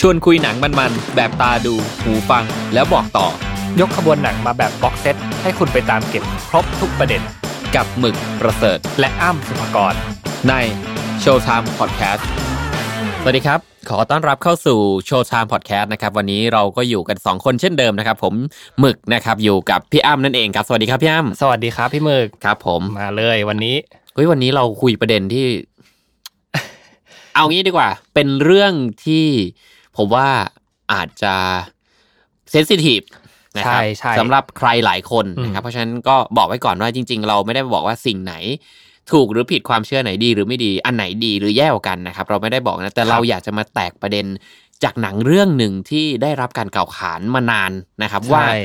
ชวนคุยหนังมันๆ แบบตาดู หูฟัง แล้วบอกต่อ ยกขบวนหนังมาแบบบ็อกเซตให้คุณไปตามเก็บครบทุกประเด็น กับหมึกประเสริฐ และอ้ำสุภกร ใน Showtime Podcast สวัสดีครับ ขอต้อนรับเข้าสู่ Showtime Podcast นะครับ วันนี้เราก็อยู่กัน 2 คนเช่นเดิมนะครับ ผมหมึกนะครับ อยู่กับพี่อ้ำนั่นเองครับ สวัสดีครับพี่อ้ำ สวัสดีครับพี่หมึก ครับ ผม มาเลยวันนี้ เฮ้ยวันนี้เราคุยประเด็น ที่ เอางี้ดีกว่า เป็นเรื่องที่ผมว่าอาจจะเซนซิทีฟนะครับ ใช่ใช่ สำหรับใครหลายคน อืม นะครับ เพราะฉะนั้นก็บอกไว้ก่อนว่าจริง ๆ เราไม่ได้บอกว่าสิ่งไหน ถูกหรือผิดความเชื่อไหนดีหรือไม่ดีอันไหนดีหรือแย่กว่ากันนะครับ เราไม่ได้บอกนะแต่เราอยากจะมาแตกประเด็นจากหนังเรื่องหนึ่งที่ได้รับการกล่าวขานมานานนะครับว่า ใช่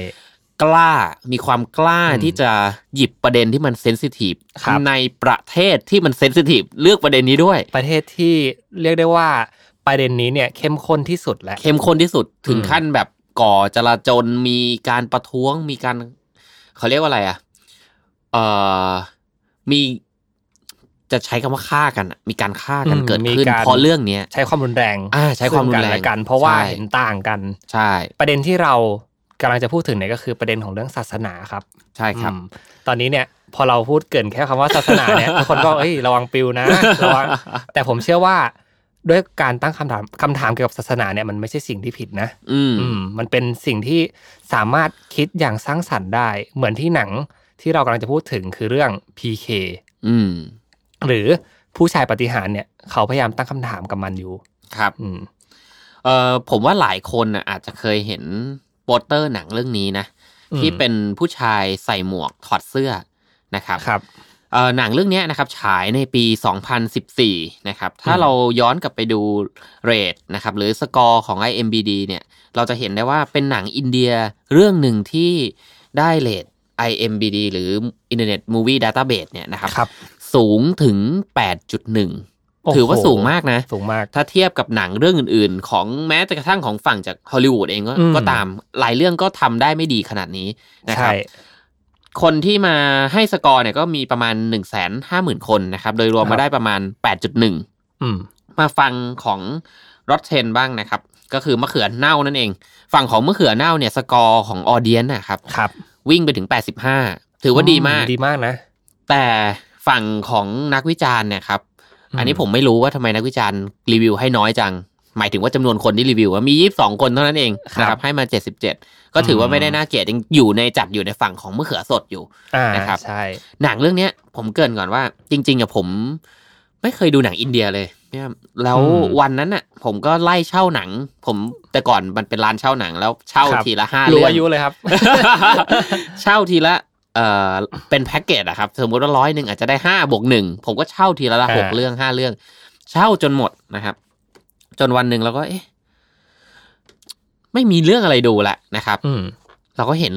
กล้ามีความกล้า อืม ที่จะหยิบประเด็นที่มันเซนซิทีฟ ครับ ในประเทศที่มันเซนซิทีฟเลือกประเด็นนี้ด้วย ประเทศที่เรียกได้ว่าประเด็นนี้เนี่ยเข้มข้นที่สุดแล้ว เข้มข้นที่สุดถึง อืม ขั้นแบบก่อจลาจลมีการประท้วงมีการ เขาเรียกว่าอะไรอ่ะเอ่อมีจะใช้คำว่าฆ่ากันอะมีการฆ่ากันเกิดขึ้น มีาร เพราะเรื่องเนี้ย ใช้ความรุนแรง อ่าใช้ความรุนแรง ซึ่กันและกันเพราะว่า ใช่ เห็นต่างกัน ใช่ ประเด็นที่เรากำลังจะพูดถึงเนี่ยก็คือประเด็นของเรื่องศาสนาครับ ใช่ครับ อืมตอนนี้เนี่ยพอเราพูดเกรินแค่คำว่าศาสนา เนี่ย ทุกคนก็เอ้ยระวังปิวนะระวังแต่ผมเชื่อว่า ด้วยการตั้งคำถามคำถามเกี่ยวกับศาสนาเนี่ยมันไม่ใช่สิ่งที่ผิดนะ อืม อืมมันเป็นสิ่งที่สามารถคิดอย่างสร้างสรรค์ได้ เหมือนที่หนังที่เรากำลังจะพูดถึงคือเรื่อง PK อืม หรือผู้ชายปฏิหารย์เนี่ย เขาพยายามตั้งคำถามกับมันอยู่ ครับ อืม เออผมว่าหลายคนน่ะอาจจะเคยเห็นโปสเตอร์หนังเรื่องนี้นะ อืม ที่เป็นผู้ชายใส่หมวกถอดเสื้อนะครับ ครับ เอ่อหนังเรื่องเนี้ยนะครับฉายในปี 2014 นะครับ ถ้า อืม เราย้อนกลับไปดูเรทนะครับ หรือสกอร์ของ IMDb เนี่ย เราจะเห็นได้ว่าเป็นหนังอินเดียเรื่องหนึ่งที่ได้เรท IMDb หรือ Internet Movie Database เนี่ยนะครับ ครับ สูงถึง8.1โอ้โห ถือว่าสูงมากนะ สูงมาก ถ้าเทียบกับหนังเรื่องอื่นๆ ของแม้แต่กระทั่งของฝั่งจากฮอลลีวูดเองก็ อืม ก็ตามหลายเรื่องก็ทำได้ไม่ดีขนาดนี้นะครับ ใช่ คนที่มาให้สกอร์เนี่ยก็มีประมาณ 1 5 0 0 0 0 คนนะครับ โดยรวม ครั มา บ ได้ประมาณ 8.1 อืม มาฟังของรอ t เทนบ้างนะครับ ก็คือมะเขือเน่านั่นเอง ฝั่งของมะเขือเน่าเนี่ยสกอร์ของออเดียนนะครับ ครับ วิ่งไปถึง 85 ถือว่าดีมาก ดีมากนะ แต่ฝั่งของนักวิจารณ์เนี่ยครับ อืม อันนี้ผมไม่รู้ว่าทำไมนักวิจารณ์รีวิวให้น้อยจัง หมายถึงว่าจำนวนคนที่รีวิวว่ามี 22 คนเท่านั้นเองนะครับให้มา 77 ก็ถือว่าไม่ได้น่าเกลียดยังอยู่ในจัดอยู่ในฝั่งของมะเขือสดอยู่ อ่า นะครับ ใช่ หนังเรื่องเนี้ยผมเกรินก่อนว่า จริงๆอะผม ไม่เคยดูหนังอินเดียเลยเนี่ยแล้ว อืม วันนั้นอะผมก็ไล่เช่าหนัง ผมแต่ก่อนมันเป็นร้านเช่าหนังแล้วเช่า ครับ ทีละห้าเรื่อรู้ง อายุเลยครับ เช่าทีละเอ่อเป็นแพ็กเกจอะครับ สมมติว่าร้อยหนึ่งอาจจะได้ห้าบวกหนึ่งผมก็เช่าทีละละ อ่า หกเรื่องห้าเรื่อง เช่าจนหมดนะครับ จนวันหนึ่งเราก็ เอ๊ะ ไม่มีเรื่องอะไรดูละนะครับ อืม เราก็เห็น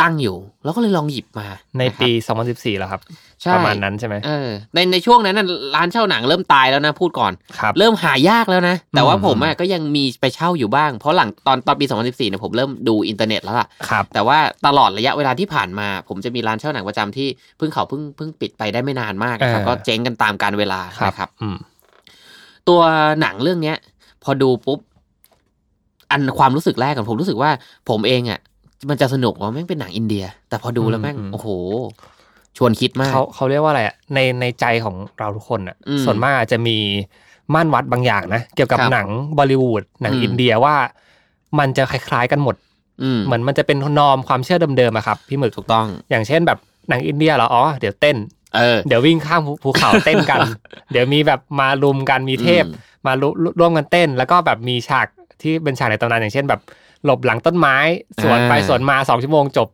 ตั้งอยู่ แล้วก็เลยลองหยิบมา ในปี ะครั 2014แล้วครับ บใช่ ประมาณนั้นใช่ไหม เออในในช่วงนั้นน่ะร้านเช่าหนังเริ่มตายแล้วนะพูดก่อน ครับ เริ่มหายากแล้วนะ แต่ว่า อืม ผมอะก็ยังมีไปเช่าอยู่บ้าง เพราะหลังตอนตอนปี 2014เนี่ยผมเริ่มดูอินเทอร์เน็ตแล้วล่ะ ครับ แต่ว่าตลอดระยะเวลาที่ผ่านมา ผมจะมีร้านเช่าหนังประจำที่เพิ่งเขาเพิ่งเพิ่งปิดไปได้ไม่นานมากนะครับ เออ ก็เจ๊งกันตามการเวลานะครับ อืม ตัวหนังเรื่องเนี้ย พอดูปุ๊บ อันความรู้สึกแรกกันผมรู้สึกว่า ผมเองอ่ะ มันจะสนุกว่าแม่งเป็นหนังอินเดีย แต่พอดูแล้วแม่ง อืมอืม โอ้โห ชวนคิดมาก เขาเขาเรียกว่าอะไรอะในในใจของเราทุกคนอ่ะ อืม ส่วนมากจะมีม่านวัดบางอย่างนะเกี่ยวกับ ครับ หนังบอลิวูดหนัง อืม อินเดียว่า มันจะคล้ายๆกันหมด อืม เหมือนมันจะเป็นนอมความเชื่อเดิมๆอะครับพี่หมึก ถูกต้อง อย่างเช่นแบบหนังอินเดียเหรออ๋อเดี๋ยวเต้น เออ เดี๋ยววิ่งข้ามภูภูเขาเต้นกัน เดี๋ยวมีแบบมารุมกันมีเทพ อืม มารุร่วมกันเต้น แล้วก็แบบมีฉากที่เป็นฉากในตำนานอย่างเช่นแบบหลบหลังต้นไม้ สวนไป อ่า สวนมาสองชั่วโมงจบ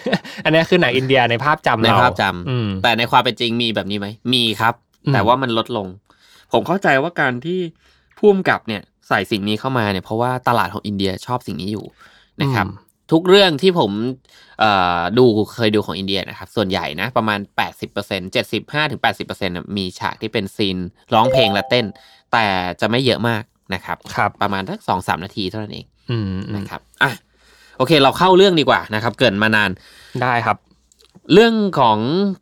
อันนี้คือหนังอินเดียในภาพจำเรา ในภาพจำ อืม แต่ในความเป็นจริงมีแบบนี้ไหม มีครับ อืม แต่ว่ามันลดลง ผมเข้าใจว่าการที่พ่วมกับเนี่ย ใส่สิ่งนี้เข้ามาเนี่ย เพราะว่าตลาดของอินเดียชอบสิ่งนี้อยู่นะครับ ทุกเรื่องที่ผมเอ่อดูเคยดูของอินเดียนะครับ ส่วนใหญ่นะ ประมาณ 80% 75ถึง80%นะมีฉากที่เป็นซีนร้องเพลงและเต้น แต่จะไม่เยอะมากนะครับ ครับ ประมาณสักสองสามนาทีเท่านั้นเอง อืมอืม นะครับอ่ะโอเค เราเข้าเรื่องดีกว่านะครับ เกรินมานาน ได้ครับ เรื่องของ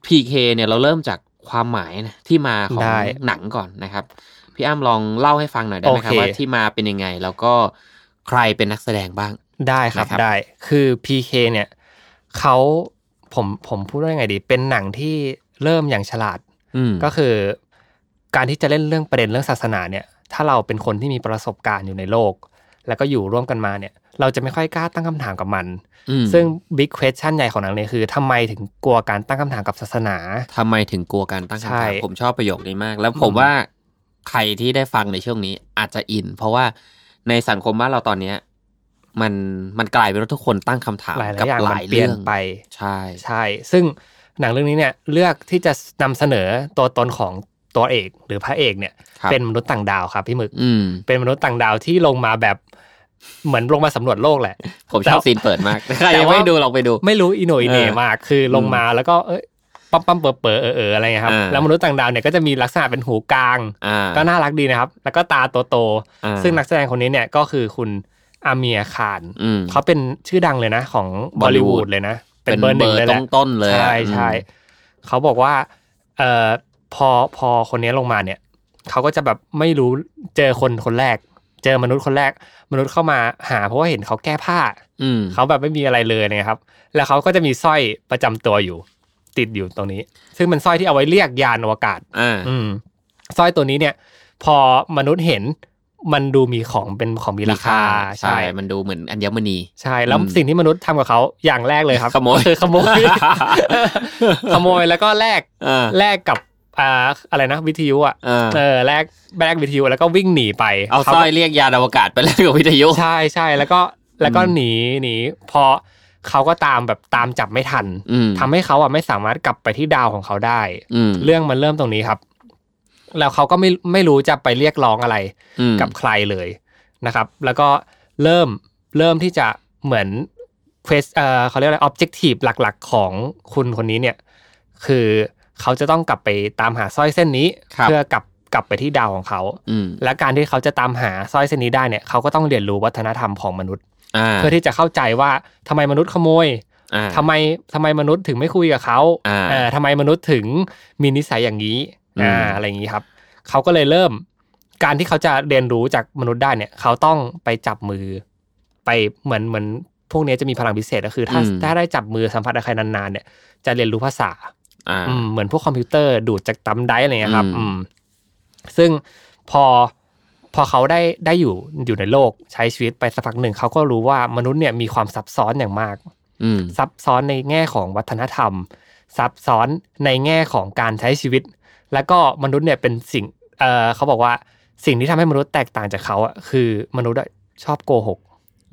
PK เนี่ยเราเริ่มจากความหมายนะที่มาของ ได้ หนังก่อนนะครับ พี่ พี่อ้ำลองเล่าให้ฟังหน่อยได้ไหมครับ โอเค ว่าที่มาเป็นยังไง แล้วก็ใครเป็นนักแสดงบ้าง ได้ครับ นะครับ ได้ คือ PK เนี่ยเขาผมผมพูดว่ายังไงดี เป็นหนังที่เริ่มอย่างฉลาด อืม ก็คือการที่จะเล่นเรื่องประเด็นเรื่องศาสนาเนี่ย ถ้าเราเป็นคนที่มีประสบการณ์อยู่ในโลก แล้วก็อยู่ร่วมกันมาเนี่ย เราจะไม่ค่อยกล้าตั้งคำถามกับมัน อืม ซึ่ง big question ใหญ่ของหนังเลยคือทำไมถึงกลัวการตั้งคำถามกับศาสนา ทำไมถึงกลัวการตั้งคำ ใช่ ถามผมชอบประโยคนี้มาก แล้วผ อื ม ม ว่าใครที่ได้ฟังในช่วงนี้อาจจะอิน เพราะว่าในสังคมบ้านเราตอนเนี้ย มันมันกลายเป็นว่าทุกคนตั้งคำถาม หลายๆ กับ อย่าง ห มัน ลาย เปลี่ เรื่ ยน อง ไป ใช่ ใช่ ซึ่งหนังเรื่องนี้เนี่ยเลือกที่จะนำเสนอตัวตนของตัวเอกหรือพระเอกเนี่ย ครับ เป็นมนุษย์ต่างดาวครับพี่หมึก อืม เป็นมนุษย์ต่างดาวที่ลงมาแบบเหมือนลงมาสำรวจโลกแหละ ผมชอบซีนเปิดมาก ใครยังไม่ดูลองไปดู ไม่รู้อิโหนอิเหน่ เออ มากคือลงมาแล้วก็เอ้ยปั๊มปั๊มเปิดเปิดเออเอออะไรเงี้ยครับ อ่า แล้วมนุษย์ต่างดาวเนี่ยก็จะมีลักษณะเป็นหูกลาง อ่า ก็น่ารักดีนะครับ แล้วก็ตาโตโต อ่า ๆซึ่งนักแสดงคนนี้เนี่ยก็คือคุณอาเมียร์คาน อืม เขาเป็นชื่อดังเลยนะของบอลิวู Bollywood ดเลยนะ เป็นเบอร์หนึ่งเลยแห ต้ ละ นต้นๆเลยอะ ใช่ใช่เขาบอกว่าเอ่อพอพอคนนี้ลงมาเนี่ย เขาก็จะแบบไม่รู้เจอคนคนแรก เจอมนุษย์คนแรก มนุษย์เข้ามาหาเพราะว่าเห็นเขาแก้ผ้า อืม เขาแบบไม่มีอะไรเลยนะครับ แล้วเขาก็จะมีสร้อยประจำตัวอยู่ ติดอยู่ตรงนี้ ซึ่งมันสร้อยที่เอาไว้เรียกยานอวกาศ อ่า อืมสร้อยตัวนี้เนี่ย พอมนุษย์เห็นมันดูมีของเป็นของมีราใชคา่ ใช่ มันดูเหมือนอัญมณี ใช่แล้ว อืม สิ่งที่มนุษย์ทำกับเขาอย่างแรกเลยครับ ขโมย คือขโม ย ขโมยแล้วก็แลก อ่า แลกกับอ่าอะไรนะวิทยุอ่ะ อ่า เออแลกแลกวิทยุแล้วก็วิ่งหนีไป เอาสร้อยเรียกยานอวกาศไปแล้วกับวิทยุ เขาก็ใช่ใช่แล้วก็แล้วก็ อืม หนีหนีพอเขาก็ตามแบบตามจับไม่ทัน อืม ทำให้เขาอ่ะไม่สามารถกลับไปที่ดาวของเขาได้ อืม เรื่องมันเริ่มตรงนี้ครับ แล้วเขาก็ไม่ไม่รู้จะไปเรียกร้องอะไร อืม กับใครเลยนะครับ แล้วก็เริ่มเริ่มที่จะเหมือน quest เอ่อเขาเรียกอะไร objective หลักๆ ของคุณคนนี้เนี่ย คือเขาจะต้องกลับไปตามหาสร้อยเส้นนี้ เพื่อกลับกลับไปที่ดาวของเขา อืม และการที่เขาจะตามหาสร้อยเส้นนี้ได้เนี่ยเขาก็ต้องเรียนรู้วัฒนธรรมของมนุษย์ อ่า เพื่อที่จะเข้าใจว่าทำไมมนุษย์ขโมย อ่า ทำไมทำไมมนุษย์ถึงไม่คุยกับเขา อ่า เออทำไมมนุษย์ถึงมีนิสัยอย่างนี้อ่า อืม อะไรอย่างนี้ครับ เขาก็เลยเริ่ม การที่เขาจะเรียนรู้จากมนุษย์ได้เนี่ย เขาต้องไปจับมือ ไปเหมือนเหมือนพวกเนี้ยจะมีพลังพิเศษก็คือถ้า อืม ถ้าได้จับมือสัมผัสกับใครนานๆเนี่ยจะเรียนรู้ภาษา อ่า อืมเหมือนพวกคอมพิวเตอร์ดูดจากตัมไดรฟ์อะไรเงี้ยครับ อืม อืมซึ่งพอพอเขาได้ได้อยู่อยู่ในโลกใช้ชีวิตไปสักพักหนึ่งเขาก็รู้ว่ามนุษย์เนี่ยมีความซับซ้อนอย่างมาก อืม ซับซ้อนในแง่ของวัฒนธรรม ซับซ้อนในแง่ของการใช้ชีวิต แล้วก็มนุษย์เนี่ยเป็นสิ่งเอ่อเขาบอกว่าสิ่งที่ทำให้มนุษย์แตกต่างจากเขาอะคือมนุษย์อะชอบโกหก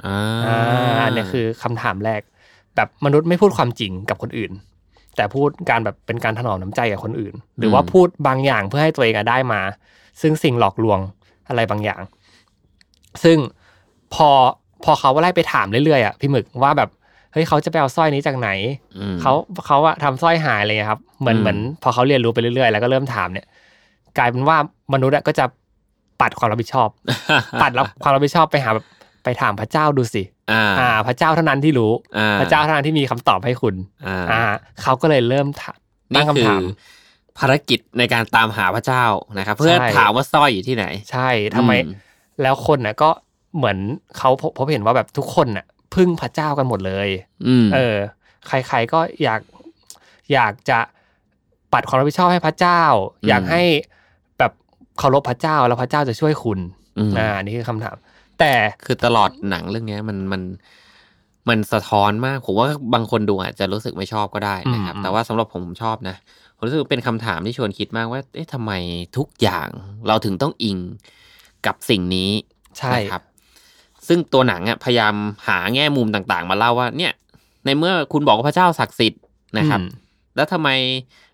อ่า อ่าอันเนี้ยคือคำถามแรก แบบมนุษย์ไม่พูดความจริงกับคนอื่น แต่พูดการแบบเป็นการถนอมน้ำใจกับคนอื่น หรือว่าพูดบางอย่างเพื่อให้ตัวเองอะได้มา ซึ่งสิ่งหลอกลวงอะไรบางอย่าง ซึ่งพอพอเขาไล่ไปถามเรื่อยๆอะพี่หมึกว่าแบบเฮ้ยเขาจะไปเอาสร้อยนี้จากไหน ม เขาเขาอะทำสร้อยหายอะไรเงี้ยครับเหมือน อืม เหมือนพอเขาเรียนรู้ไปเรื่อยๆ แล้วก็เริ่มถามเนี่ย กลายเป็นว่ามนุษย์อะก็จะปัดความรับผิดชอบ ปัดรับความรับผิดชอบไปหาแบบไปถามพระเจ้าดูสิ อ่า อ่า พระเจ้าเท่านั้นที่รู้ อ่ พระเจ้าเท่านั้นที่มีคำตอบให้คุณ อ่า อ่าเขาก็เลยเริ่มถาม นี่ ตั้ง คือคำถาม ภารกิจในการตามหาพระเจ้านะครับ เพื่อ ใช่ ถามว่าสร้อยอยู่ที่ไหน ใช่ทำไม อืม แล้วคนน่ะก็เหมือนเขาพบพบเห็นว่าแบบทุกคนน่ะ พึ่งพระเจ้ากันหมดเลย อืม เออ ใครๆก็อยากอยากจะปัดความรับผิดชอบให้พระเจ้า อืม อยากให้แบบเคารพพระเจ้าแล้วพระเจ้าจะช่วยคุณ ม อ่าอันนี่คือคำถาม แต่ คือตลอดหนังเรื่องเนี้ยมันมันมันสะท้อนมาก ผมว่าบางคนดูอาจจะรู้สึกไม่ชอบก็ได้นะครับ แต่ว่าสำหรับผมผมชอบนะ ผมรู้สึกเป็นคำถามที่ชวนคิดมากว่า เอ๊ะทำไมทุกอย่างเราถึงต้องอิงกับสิ่งนี้ ใช่ นะครับ ซึ่งตัวหนังอ่ะพยายามหาแง่มุมต่างๆ มาเล่าว่า เนี่ย ในเมื่อคุณบอกว่าพระเจ้าศักดิ์สิทธิ์นะครับ อืม แล้วทำไม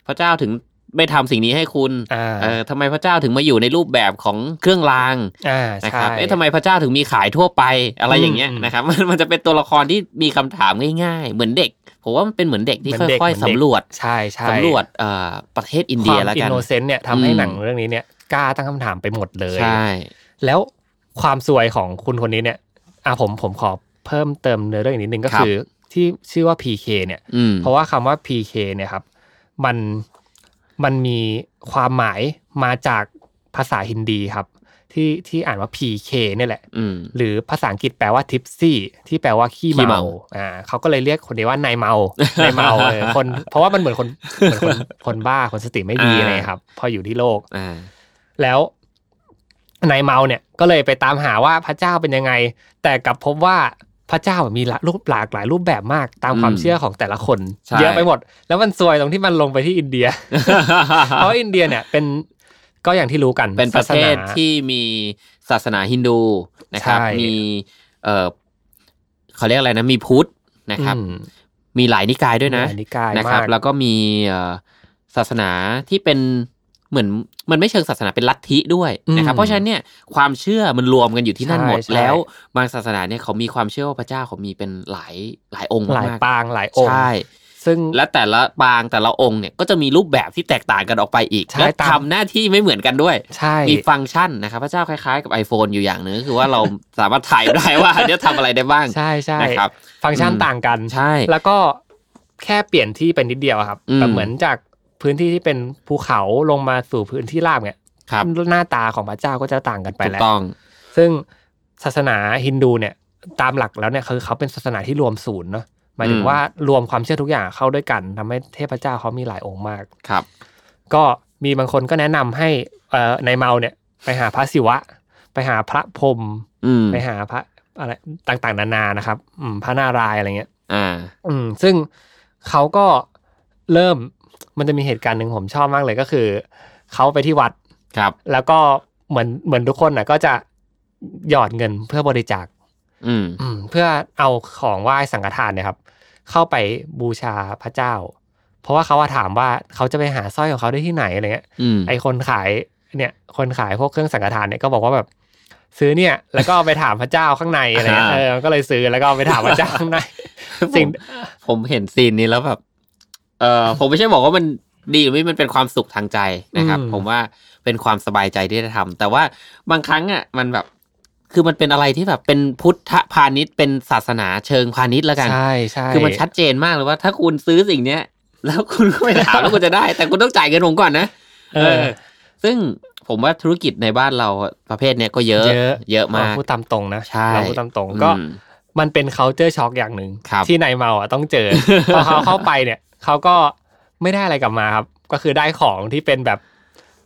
พระเจ้าถึงไม่ทำสิ่งนี้ให้คุณ อ่า เออทำไมพระเจ้าถึงมาอยู่ในรูปแบบของเครื่องราง อ่า นะ ใช่ ครับ เอ๊ะทำไมพระเจ้าถึงมีขายทั่วไปอะไร อืม อย่างเงี้ย อืม นะครับ มันมันจะเป็นตัวละครที่มีคำถามง่ายๆ เหมือนเด็ก ผมว่ามันเป็นเหมือนเด็กที่ เหมือนเด็ก ค่อย เหๆมือนเด็ก สำรวจ ใช่ใช่ สำรวจเอ่อประเทศอินเดียวคาม แล้ว อิ กัน นโนเซนต์เนี่ยทำให้ อืม หนังเรื่องนี้เนี่ยกล้าตั้งคำถามไปหมดเลย ใช่ แล้วความสวยของคุณคนนี้เนี่ยอ่ะผมผมขอเพิ่มเติมเนื้อเรื่องอีกนิดนึงก็ ครับ คือที่ชื่อว่า PK เนี่ย อืม เพราะว่าคำว่า PK เนี่ยครับ มันมันมีความหมายมาจาก ภาษาฮินดีครับ ที่ที่อ่านว่า PK เนี่ยแหละ อืม หรือภาษาอังกฤษแปลว่า tipsy ที่แปลว่าขี้ ขี้เมา เมาอ่าเขาก็เลยเรียกคนนี้ว่านายเม านายเมาเลยคน เพราะว่ามันเหมือนคนเหมือน คนคนบ้าคนสติไม่ดีอะไรครับ พออยู่ที่โลก อ่า แล้วนายเมาเนี่ยก็เลยไปตามหาว่าพระเจ้าเป็นยังไง แต่กลับพบว่าพระเจ้ามีรูปหลากหลายรูปแบบมากตามความ อืม เชื่อของแต่ละคน ใช่ เยอะไปหมด แล้วมันซวยตรงที่มันลงไปที่อินเดี ย เพราะอินเดียเนี่ยเป็นก็อย่างที่รู้กัน เป็นประเทศ ศาสนา ที่มีศาสนาฮินดูนะครับ ใช่ มีเออเขาเรียกอะไรนะ มีพุทธนะครับ อืม มีหลายนิกายด้วยนะ มีหลานิกาย นะครับ มาก แล้วก็มีเอ่อศาสนาที่เป็นเหมือนมันไม่เชิงศาสนาเป็นลัทธิด้วยนะครับ อืม เพราะฉะนั้นเนี่ยความเชื่อมันรวมกันอยู่ที่นั่นหมด ใช่ใช่ แล้วบางศาสนาเนี่ยเขามีความเชื่อว่าพระเจ้าเขามีเป็นหลายหลายองค์ หลาย มาก ปางหลายองค์ ใช่ ซึ่ง และแต่ละปางแต่ละองค์เนี่ยก็จะมีรูปแบบที่แตกต่างกันออกไปอีก ใช่ และ ตาม ทำหน้าที่ไม่เหมือนกันด้วย ใช่ มีฟังก์ชันนะครับ พระเจ้าคล้ายๆกับ iPhone อยู่อย่างหนึงก็คือว่าเรา สามารถถ่ายได้ว่าเดี๋ยวทำอะไรได้บ้าง ใช่ใช่ นะครับ ฟังก์ชัน อืม ต่างกัน ใช่ แล้วก็แค่เปลี่ยนที่เป็นนิดเดียวอะครับ อืม แบบเหมือนจากพื้นที่ที่เป็นภูเขาลงมาสู่พื้นที่ราบเนี่ย ครับ หน้าตาของพระเจ้าก็จะต่างกันไป ถูก แล้ว ต้อง ซึ่งศาสนาฮินดูเนี่ยตามหลักแล้วเนี่ยคือเขาเป็นศาสนาที่รวมศูนย์เนาะหมายถึ อื ง ม ว่ารวมความเชื่อทุกอย่างเข้าด้วยกันทำให้เทพเจ้าเขามีหลายองค์มาก ครับ ก็มีบางคนก็แนะนำให้เอ่อในเมาเนี่ยไปหาพระศิวะ ไปหาพระพรหม อืม ไปหาพระอะไรต่างๆ นานานะครับอืมพระนารายณ์อะไรเงี้ย อ่า อืมซึ่งเขาก็เริ่มมันจะมีเหตุการณ์หนึ่งผมชอบมากเลยก็คือ เขาไปที่วัด ครับ แล้วก็เหมือนเหมือนทุกคนน่ะก็จะหยอดเงินเพื่อบริจาค อืม อืมเพื่อเอาของไหว้สังฆทานเนี่ยครับ เข้าไปบูชาพระเจ้า เพราะว่าเขาว่าถามว่าเขาจะไปหาสร้อยของเขาได้ที่ไหนอะไรเงี้ย อืม ไอคนขายเนี่ยคนขายพวกเครื่องสังฆทานเนี่ยก็บอกว่าแบบซื้อเนี่ย แล้วก็เอาไปถามพระเจ้าข้างในอะไรเงี้ยเออก็เลยซื้อแล้วก็เอาไปถามพระเจ้าข้างในสิ่ง ผมเห็นซีนนี้แล้วแบบเออผมไม่ใช่บอกว่ามันดีหรือไม่มันเป็นความสุขทางใจนะครับ อืม ผมว่าเป็นความสบายใจที่ได้ทำแต่ว่าบางครั้งอ่ะมันแบบ คือมันเป็นอะไรที่แบบเป็นพุทธพาณิชย์เป็นศาสนาเชิงพาณิชย์แล้วกัน ใช่ใช่ คือมันชัดเจนมากเลยว่าถ้าคุณซื้อสิ่งเนี้ย แล้วคุณก็ไปถามแล้วคุณจะ ได้ แต่คุณต้องจ่ายเงินผมก่อนนะ เออ ซึ่งผมว่าธุรกิจในบ้านเราประเภทเนี้ยก็เยอะ เยอะ เยอะ เรา มาก พูดตามตรงนะ ใช่ เราพูดตามตรงก็ อืม มันเป็น culture shock อย่างหนึ่ง ครับ ที่นายเมาอ่ะต้องเจ อ พอเขาเข้าไปเนี่ยเขาก็ไม่ได้อะไรกลับมาครับ ก็คือได้ของที่เป็นแบบ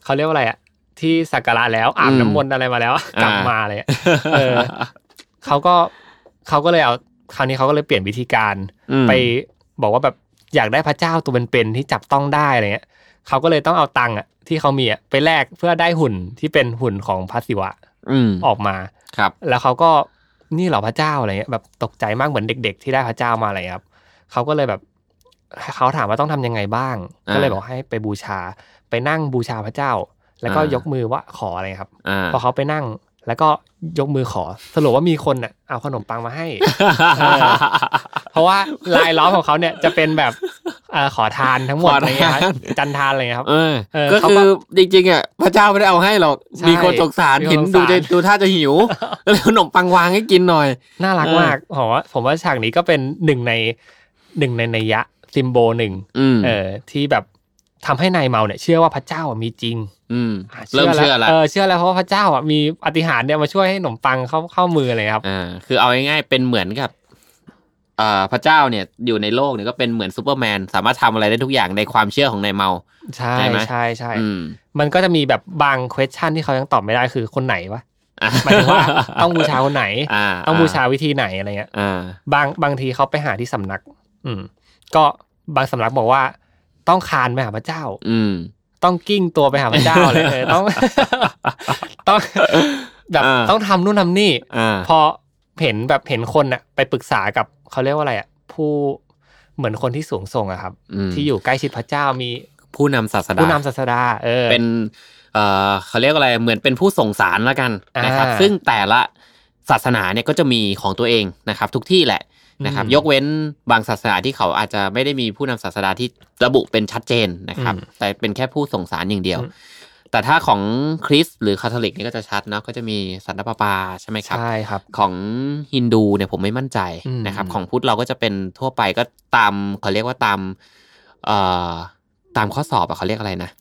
เขาเรียกว่าอะไรอ่ะที่สักการะแล้วอาบน้ำมนต์อะไรมาแล้ว กลับมาเลยอะเออเขาก็เขาก็เลยเอาคราวนี้เขาก็เลยเปลี่ยนวิธีการ อืม ไปบอกว่าแบบอยากได้พระเจ้าตัวเป็นๆที่จับต้องได้อะไรเงี้ยเขาก็เลยต้องเอาตังค์อ่ะที่เขามีอ่ะไปแลกเพื่อได้หุ่นที่เป็นหุ่นของพระศิวะ อืม ออกมา ครับ แล้วเขาก็นี่เหรอพระเจ้าอะไรเงี้ยแบบตกใจมากเหมือนเด็ก ๆ ที่ได้พระเจ้ามาอะไรเงี้ยครับเขาก็เลยแบบเขาถามว่าต้องทำยังไงบ้าง อ่า ก็เลยบอกให้ไปบูชา ไปนั่งบูชาพระเจ้า แล้วก็ อ่าย ยกมือว่าขออะไรเงี้ยครับ อ่า พอเขาไปนั่งแล้วก็ยกมือขอสรุปว่ามีคนน่ะเอาขนมปังมาให้ เออ เพราะว่าลายล้อมของเขาเนี่ยจะเป็นแบบ เอ่อขอทานทั้งหมดอะไรเงี้ยครับจันทานอะไรเงี้ยครับ เออ เออ ก็ เขา คื ก็ อจริงๆอ่ะพระเจ้าไม่ได้เอาให้หรอก ใช่ มีคนสงสาร มีคน เห็น สงดูสารจะดูท่าจะหิ วแล้วขนมปังวางให้กินหน่อย น่ารักมากผมว่าผมว่าฉากนี้ก็เป็นหนึ่งในหนึ่งในนัยยะซิมโบหนึ่ง อืม เออที่แบบทำให้นายเมาเนี่ยเชื่อว่าพระเจ้าอ่ะมีจริง อืม อ่ะ เริ่มเชื่อละ เออเชื่อแล้วเพราะว่าพระเจ้าอ่ะมีปาฏิหารย์เนี่ยมาช่วยให้ขนมปังเข้าเข้ามือเลยครับ อ่าคือเอาง่ายๆเป็นเหมือนกับอ่าพระเจ้าเนี่ยอยู่ในโลกเนี่ยก็เป็นเหมือนซูเปอร์แมน สามารถทำอะไรได้ทุกอย่างในความเชื่อของนายเมา ใช่ ใช่ไหม ใช่ใช่ อืม มันก็จะมีแบบบาง question ที่เขายังตอบไม่ได้คือคนไหนวะ อ่ะ หมายถึงว่าต้องบูชาคนไหน อ่า ต้องบูชาวิธีไหนอะไรเงี้ย อ่า บางบางทีเขาไปหาที่สำนัก อืม ก็บางสำนักบอกว่า ต้องคานไปหาพระเจ้า อื ม ต้องกิ้งตัวไปหาพระเจ้าเล ยเออต้อง ต้องแบบ อ่า ต้องทำนู่นทำนี่ อ่า พอเห็นแบบเห็นคนน่ะไปปรึกษากับเขาเรียกว่าอะไรอ่ะผู้เหมือนคนที่สูงส่งอะครับ อืม ที่อยู่ใกล้ชิดพระเจ้ามี ผู้นำศาสดา ผู้นำศาสดาเออ เป็นเอ่อเขาเรียกอะไรเหมือนเป็นผู้ส่งสารแล้วกันนะครับ อ่า ซึ่งแต่ละศาสนาเนี่ยก็จะมีของตัวเองนะครับ ทุกที่แหละนะครับ อืม ยกเว้นบางศาสนาที่เขาอาจจะไม่ได้มีผู้นำศาสดาที่ระบุเป็นชัดเจนนะครับ อืม แต่เป็นแค่ผู้ส่งสารอย่างเดียว แต่ถ้าของคริสต์หรือคาทอลิกนี่ก็จะชัดเนาะก็จะมีสันตะปาปาใช่ไหมครับ ใช่ครับ ของฮินดูเนี่ยผมไม่มั่นใจ อืม นะครับ ของพุทธเราก็จะเป็นทั่วไปก็ตามเขาเรียกว่าตามเอ่อ ตามข้อสอบอะเขาเรียกอะไรนะ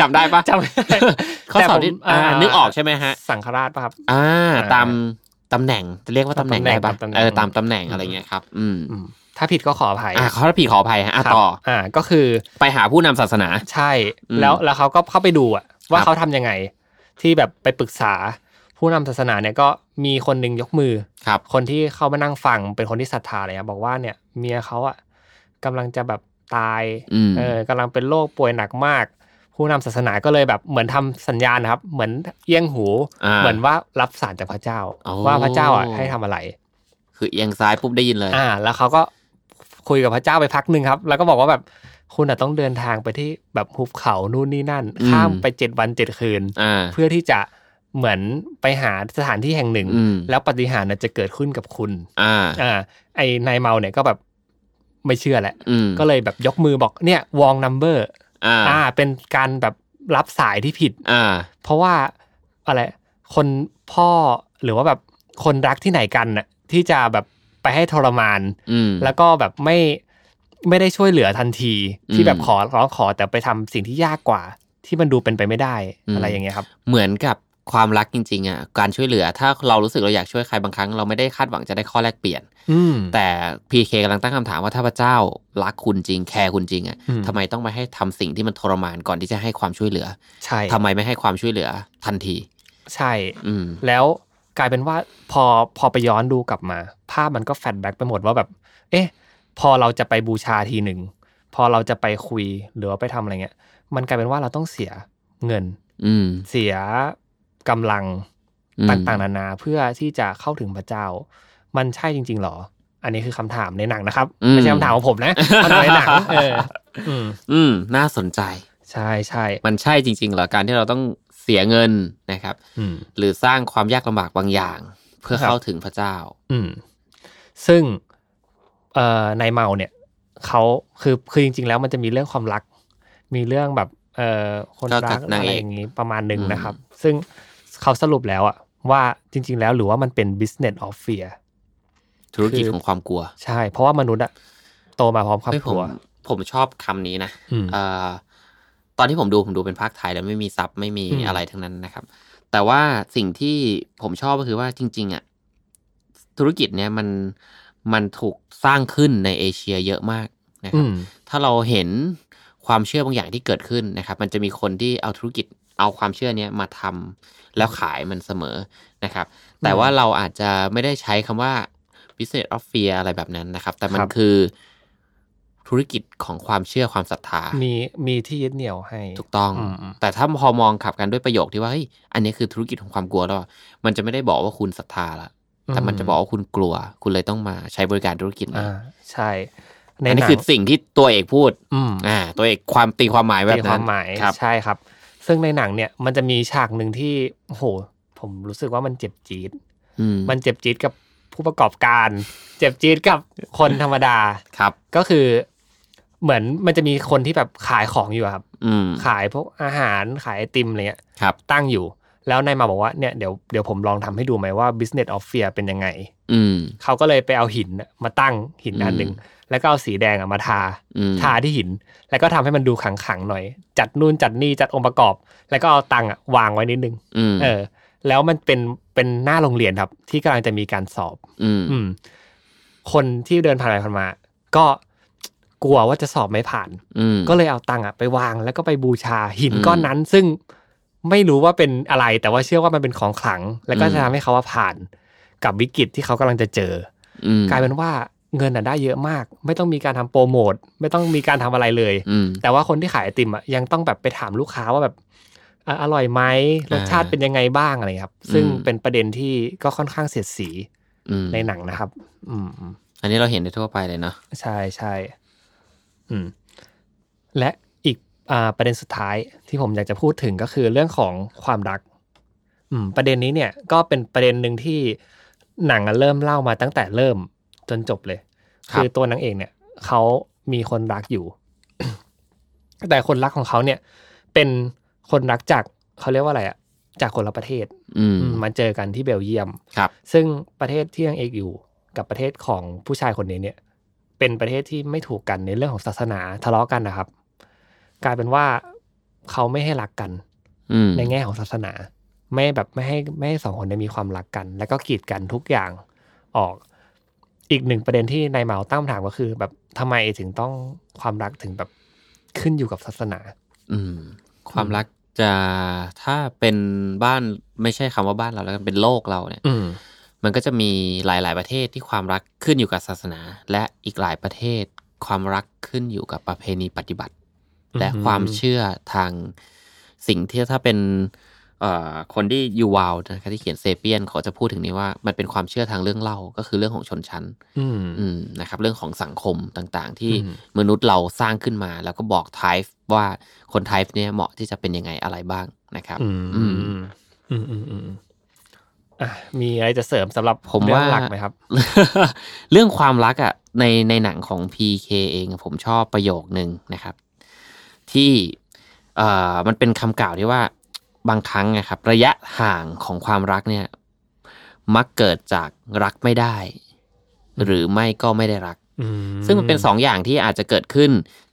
จำได้ปะ จำไม่ ได้ ข้อสอบที่ แต่ผม อ่า อ่านึ นึกออกใช่ไหมฮะ สังฆราชป่ะครับ อ่า อ่า ตามตำแหน่งจะเรียกว่าตำแหน่งได้ปะ ตามตำแหน่ง เออตา ตาม ม ตำ ตำ แห แหน่ น่ง ง อะไรเงี้ยครับ อืม อืมถ้าผิดก็ขออภัย อ่าขอรับผิดขออภัยฮะ ค อ่ะ รับ ต่อ อ่าก็คือ ไปหาผู้นำศาสนา ใช่ อืม แล้วแล้วเขาก็เข้าไปดูอะ ค ว่า รับ เขาทำยังไง ที่แบบไปปรึกษาผู้นำศาสนาเนี่ยก็มีคนหนึ่งยกมือ ครับ คนที่เข้ามานั่งฟังเป็นคนที่ศรัทธาอะไรเลยครับบอกว่าเนี่ยเมียเขาอ่ะกำลังจะแบบตาย อืม เออกำลังเป็นโรคป่วยหนักมาก ผู้นำศาสนาก็เลยแบบเหมือนทำสัญญาณนะครับ เหมือนเอี้ยงหู อ่า เหมือนว่ารับสารจากพระเจ้า โอ้ ว่าพระเจ้าอ่ะให้ทำอะไร คือเอียงซ้ายปุ๊บได้ยินเลย อ่า แล้วเขาก็คุยกับพระเจ้าไปพักหนึ่งครับ แล้วก็บอกว่าแบบคุณอ่ะต้องเดินทางไปที่แบบหุบเขานู่นนี่นั่น อืม ข้ามไปเจ็ดวันเจ็ดคืน อ่า เพื่อที่จะเหมือนไปหาสถานที่แห่งหนึ่ง อืม แล้วปาฏิหารย์น่ะจะเกิดขึ้นกับคุณ อ่า อ่าไอนายเมาเนี่ยก็แบบไม่เชื่อแหละ อืม ก็เลยแบบยกมือบอกเนี่ยวองนัมเบอร์ อ่า อ่าเป็นการแบบรับสายที่ผิด อ่า เพราะว่าอะไรคนพ่อหรือว่าแบบคนรักที่ไหนกันน่ะที่จะแบบไปให้ทรมาน อืม แล้วก็แบบไม่ไม่ได้ช่วยเหลือทันทีที่ อืม แบบขอร้องขอแต่ไปทำสิ่งที่ยากกว่า ที่มันดูเป็นไปไม่ได้ อืม อะไรอย่างเงี้ยครับ เหมือนกับความรักจริงๆอ่ะการช่วยเหลือ ถ้าเรารู้สึกเราอยากช่วยใครบางครั้ง เราไม่ได้คาดหวังจะได้ข้อแลกเปลี่ยน อืม แต่พีเคกำลังตั้งคำถามว่าถ้าพระเจ้ารักคุณจริงแคร์คุณจริงอ่ะ อืม ทำไมต้องมาให้ทำสิ่งที่มันทรมานก่อนที่จะให้ความช่วยเหลือ ใช่ ทำไมไม่ให้ความช่วยเหลือทันที ใช่ อืม แล้วกลายเป็นว่าพอพอไปย้อนดูกลับมา ภาพมันก็แฟลชแบ็กไปหมดว่าแบบ เอ๊ะ พอเราจะไปบูชาทีหนึ่ง พอเราจะไปคุยหรือว่าไปทำอะไรเงี้ย มันกลายเป็นว่าเราต้องเสียเงิน อืม เสียกำลัง อืม ต่างๆ นานาเพื่อที่จะเข้าถึงพระเจ้า มันใช่จริง ๆหรอ อันนี้คือคำถามในหนังนะครับ ไม่ใช่คำถามของผม นะคำถามในหนังเอออืม อืม น่าสนใจ ใช่ใช่ มันใช่จริงๆเหรอการที่เราต้องเสียเงินนะครับ อืม หรือสร้างความยากลำบากบางอย่าง เพื่อ ครับ เข้าถึงพระเจ้า อืมซึ่งเอ่อนายเมาเนี่ยเขาคือคือจริง ๆ แล้วมันจะมีเรื่องความรัก มีเรื่องแบบเอ่อคน ก็ รั กับ ก นาง อะไร เอก อย่างนี้ประมาณหนึ่ง อืม นะครับ ซึ่งเขาสรุปแล้วอะว่าจริง ๆ แล้วหรือว่ามันเป็น business of fear ธุรกิจของความกลัว ใช่ เพราะว่ามนุษย์อะโตมาพร้อมความ เฮ้ยผ ก ม ลัว ผมชอบคำนี้นะ อืม เอ่อตอนที่ผมดูผมดูเป็นภาคไทยแล้วไม่มีซับไม่มี อืม อะไรทั้งนั้นนะครับ แต่ว่าสิ่งที่ผมชอบก็คือว่าจริง ๆอ่ะธุรกิจเนี่ยมันมันถูกสร้างขึ้นในเอเชียเยอะมากนะค อื รับ ม ถ้าเราเห็นความเชื่อบางอย่างที่เกิดขึ้นนะครับ มันจะมีคนที่เอาธุรกิจเอาความเชื่อเนี้ยมาทำแล้วขายมันเสมอนะครับ แต่ว่าเราอาจจะไม่ได้ใช้คำว่า business of fear อะไรแบบนั้นนะครับ แต่มัน ครับ คือธุรกิจของความเชื่อความศรัทธา มีมีที่ยึดเหนี่ยวให้ ถูกต้อง อืมอืม แต่ถ้าพอมองขับกันด้วยประโยคที่ว่าเฮ้ยอันนี้คือธุรกิจของความกลัวแล้วอะมันจะไม่ได้บอกว่าคุณศรัทธาละแต่มันจะบอกว่าคุณกลัว คุณเลยต้องมาใช้บริการธุรกิจนี้ อ่าใช่ ใน อัน ห นี้ นัง คือสิ่งที่ตัวเอกพูด อืม อ่า ตัวเอกความตีความหมายแบบ ตีค นั้ วาน มหมาย ครับ ใช่ครับ ซึ่งในหนังเนี่ยมันจะมีฉากหนึ่งที่โอ้โหผมรู้สึกว่ามันเจ็บจี๊ด อืม มันเจ็บจี๊ดกับผู้ประกอบการ เจ็บจี๊ดกับคนธรรมดา ครับ ก็คือเหมือนมันจะมีคนที่แบบขายของอยู่อะครับ อืม ขายพวกอาหารขายไอติมอะไรเงี้ย ครับ ตั้งอยู่ แล้วนายมาบอกว่าเนี่ยเดี๋ยวเดี๋ยวผมลองทำให้ดูไหมว่า business of fear เป็นยังไง อืม เขาก็เลยไปเอาหินน่ะมาตั้งหินอันหนึ่ง อืม แล้วก็เอาสีแดงอะมาทา อืม ทาที่หิน แล้วก็ทำให้มันดูขังขังๆหน่อย จัดนู่นจัดนี่จัดองค์ประกอบ แล้วก็เอาตังค์อะวางไว้นิดนึง อืม เออ แล้วมันเป็นเป็นหน้าโรงเรียนครับ ที่กำลังจะมีการสอบ อืม อืม คนที่เดินผ่านไปผ่านมา ก็กลัวว่าจะสอบไม่ผ่าน อืม ก็เลยเอาตังค์อะไปวางแล้วก็ไปบูชาหิน อืม ก้อนนั้น ซึ่งไม่รู้ว่าเป็นอะไร แต่ว่าเชื่อว่ามันเป็นของขลัง แล้วก็ อื จะ ม ทำให้เขาว่าผ่าน กับวิกฤตที่เขากำลังจะเจอ อืม กลายเป็นว่าเงินน่ะได้เยอะมาก ไม่ต้องมีการทำโปรโมทไม่ต้องมีการทำอะไรเลย อืม แต่ว่าคนที่ขายไอติมอ่ะยังต้องแบบไปถามลูกค้าว่าแบบอ่ะอร่อยไหมรสชาติเป็นยังไงบ้างอะไรครับ ซึ่ง อืม เป็นประเด็นที่ก็ค่อนข้างเสียดสี อืม ในหนังนะครับ อืมอืม อันนี้เราเห็นได้ทั่วไปเลยเนาะ ใช่ใช่อืมและอีกอ่าประเด็นสุดท้ายที่ผมอยากจะพูดถึงก็คือเรื่องของความรัก อืม ประเด็นนี้เนี่ยก็เป็นประเด็นหนึ่งที่หนังอะเริ่มเล่ามาตั้งแต่เริ่มจนจบเลย ครับ คือตัวนางเอกเนี่ยเขามีคนรักอยู่ แต่คนรักของเขาเนี่ย เป็นคนรักจากเขาเรียกว่าอะไรอะจากคนละประเทศ อืม อืมมาเจอกันที่เบลเยียม ครับ ซึ่งประเทศที่นางเอกอยู่กับประเทศของผู้ชายคนนี้เนี่ย เป็นประเทศที่ไม่ถูกกันในเรื่องของศาสนาทะเลาะกันนะครับ กลายเป็นว่าเขาไม่ให้รักกัน อืม ในแง่ของศาสนา ไม่แบบไม่ให้ไม่ให้สองคนได้มีความรักกัน แล้วก็กีดกันทุกอย่างออก อีกหนึ่งประเด็นที่นายเหมาตั้งคำถามก็คือ แบบทำไมถึงต้องความรักถึงแบบขึ้นอยู่กับศาสนา อืม ความรักจะถ้าเป็นบ้านไม่ใช่คำว่าบ้านเราแล้วกันเป็นโลกเราเนี่ย อืม มันก็จะมีหลาย ๆ ประเทศที่ความรักขึ้นอยู่กับศาสนา และอีกหลายประเทศ ความรักขึ้นอยู่กับประเพณีปฏิบัติ อืม และความเชื่อทางสิ่งที่ถ้าเป็นเอ่อคนที่ยูวาวนะครับที่เขียนเซเปียนเขาจะพูดถึงนี้ว่ามันเป็นความเชื่อทางเรื่องเล่าก็คือเรื่องของชนชั้น อืม อืมนะครับเรื่องของสังคมต่างๆ ที่ อืม มนุษย์เราสร้างขึ้นมา แล้วก็บอกไทป์ว่าคนไทป์เนี่ยเหมาะที่จะเป็นยังไงอะไรบ้างนะครับ อืมอืมอืมอืมอืมอ่ะมีอะไรจะเสริมสำหรับ ผม เรื่อง ว่า หลักไหมครับ เรื่องความรักอะ่ะในในหนังของ PK เองอะผมชอบประโยคนึงนะครับ ที่เอ่อมันเป็นคำกล่าวที่ว่าบางครั้งนะครับ ระยะห่างของความรักเนี่ย มักเกิดจากรักไม่ได้ หรือไม่ก็ไม่ได้รัก อืม ซึ่งมันเป็นสองอย่างที่อาจจะเกิดขึ้น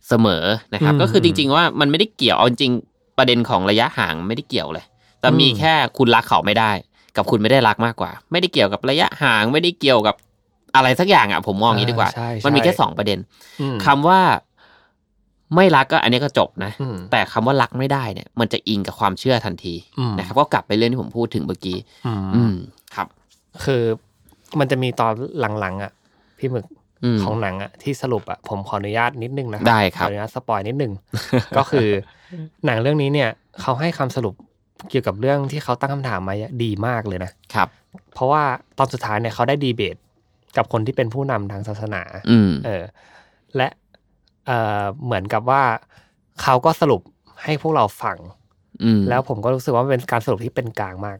เสมอนะครับ อืม ก็คือจริง ๆ ว่ามันไม่ได้เกี่ยวเอาจริงๆประเด็นของระยะห่างไม่ได้เกี่ยวเลย แต่มี อืม แค่คุณรักเขาไม่ได้ กับคุณไม่ได้รักมากกว่า ไม่ได้เกี่ยวกับระยะห่างไม่ได้เกี่ยวกับอะไรสักอย่างอ่ะผมมองอย่างนี้ดีกว่า ใช่ใช่ มันมีแค่สองประเด็น อืม คำว่าไม่รักก็อันนี้ก็จบนะ อืม แต่คำว่ารักไม่ได้เนี่ย มันจะอิงกับความเชื่อทันที อืม นะครับก็กลับไปเรื่องที่ผมพูดถึงเมื่อกี้ อืม อืมครับ คือมันจะมีตอนหลังๆอ่ะ พี่หมึก อืม ของหนังอ่ะที่สรุปอ่ะผมขออนุญาตนิดนึงนะ ได้ครับ ขออนุญาตสปอยนิดนึ ง ก็คือ หนังเรื่องนี้เนี่ย เขาให้คำสรุปเกี่ยวกับเรื่องที่เขาตั้งคำถามมาดีมากเลยนะ ครับ เพราะว่าตอนสุดท้ายเนี่ยเขาได้ดีเบต กับคนที่เป็นผู้นำทางศาสนา อืม เออและเออเหมือนกับว่าเขาก็สรุปให้พวกเราฟัง อืม แล้วผมก็รู้สึกว่ามันเป็นการสรุปที่เป็นกลางมาก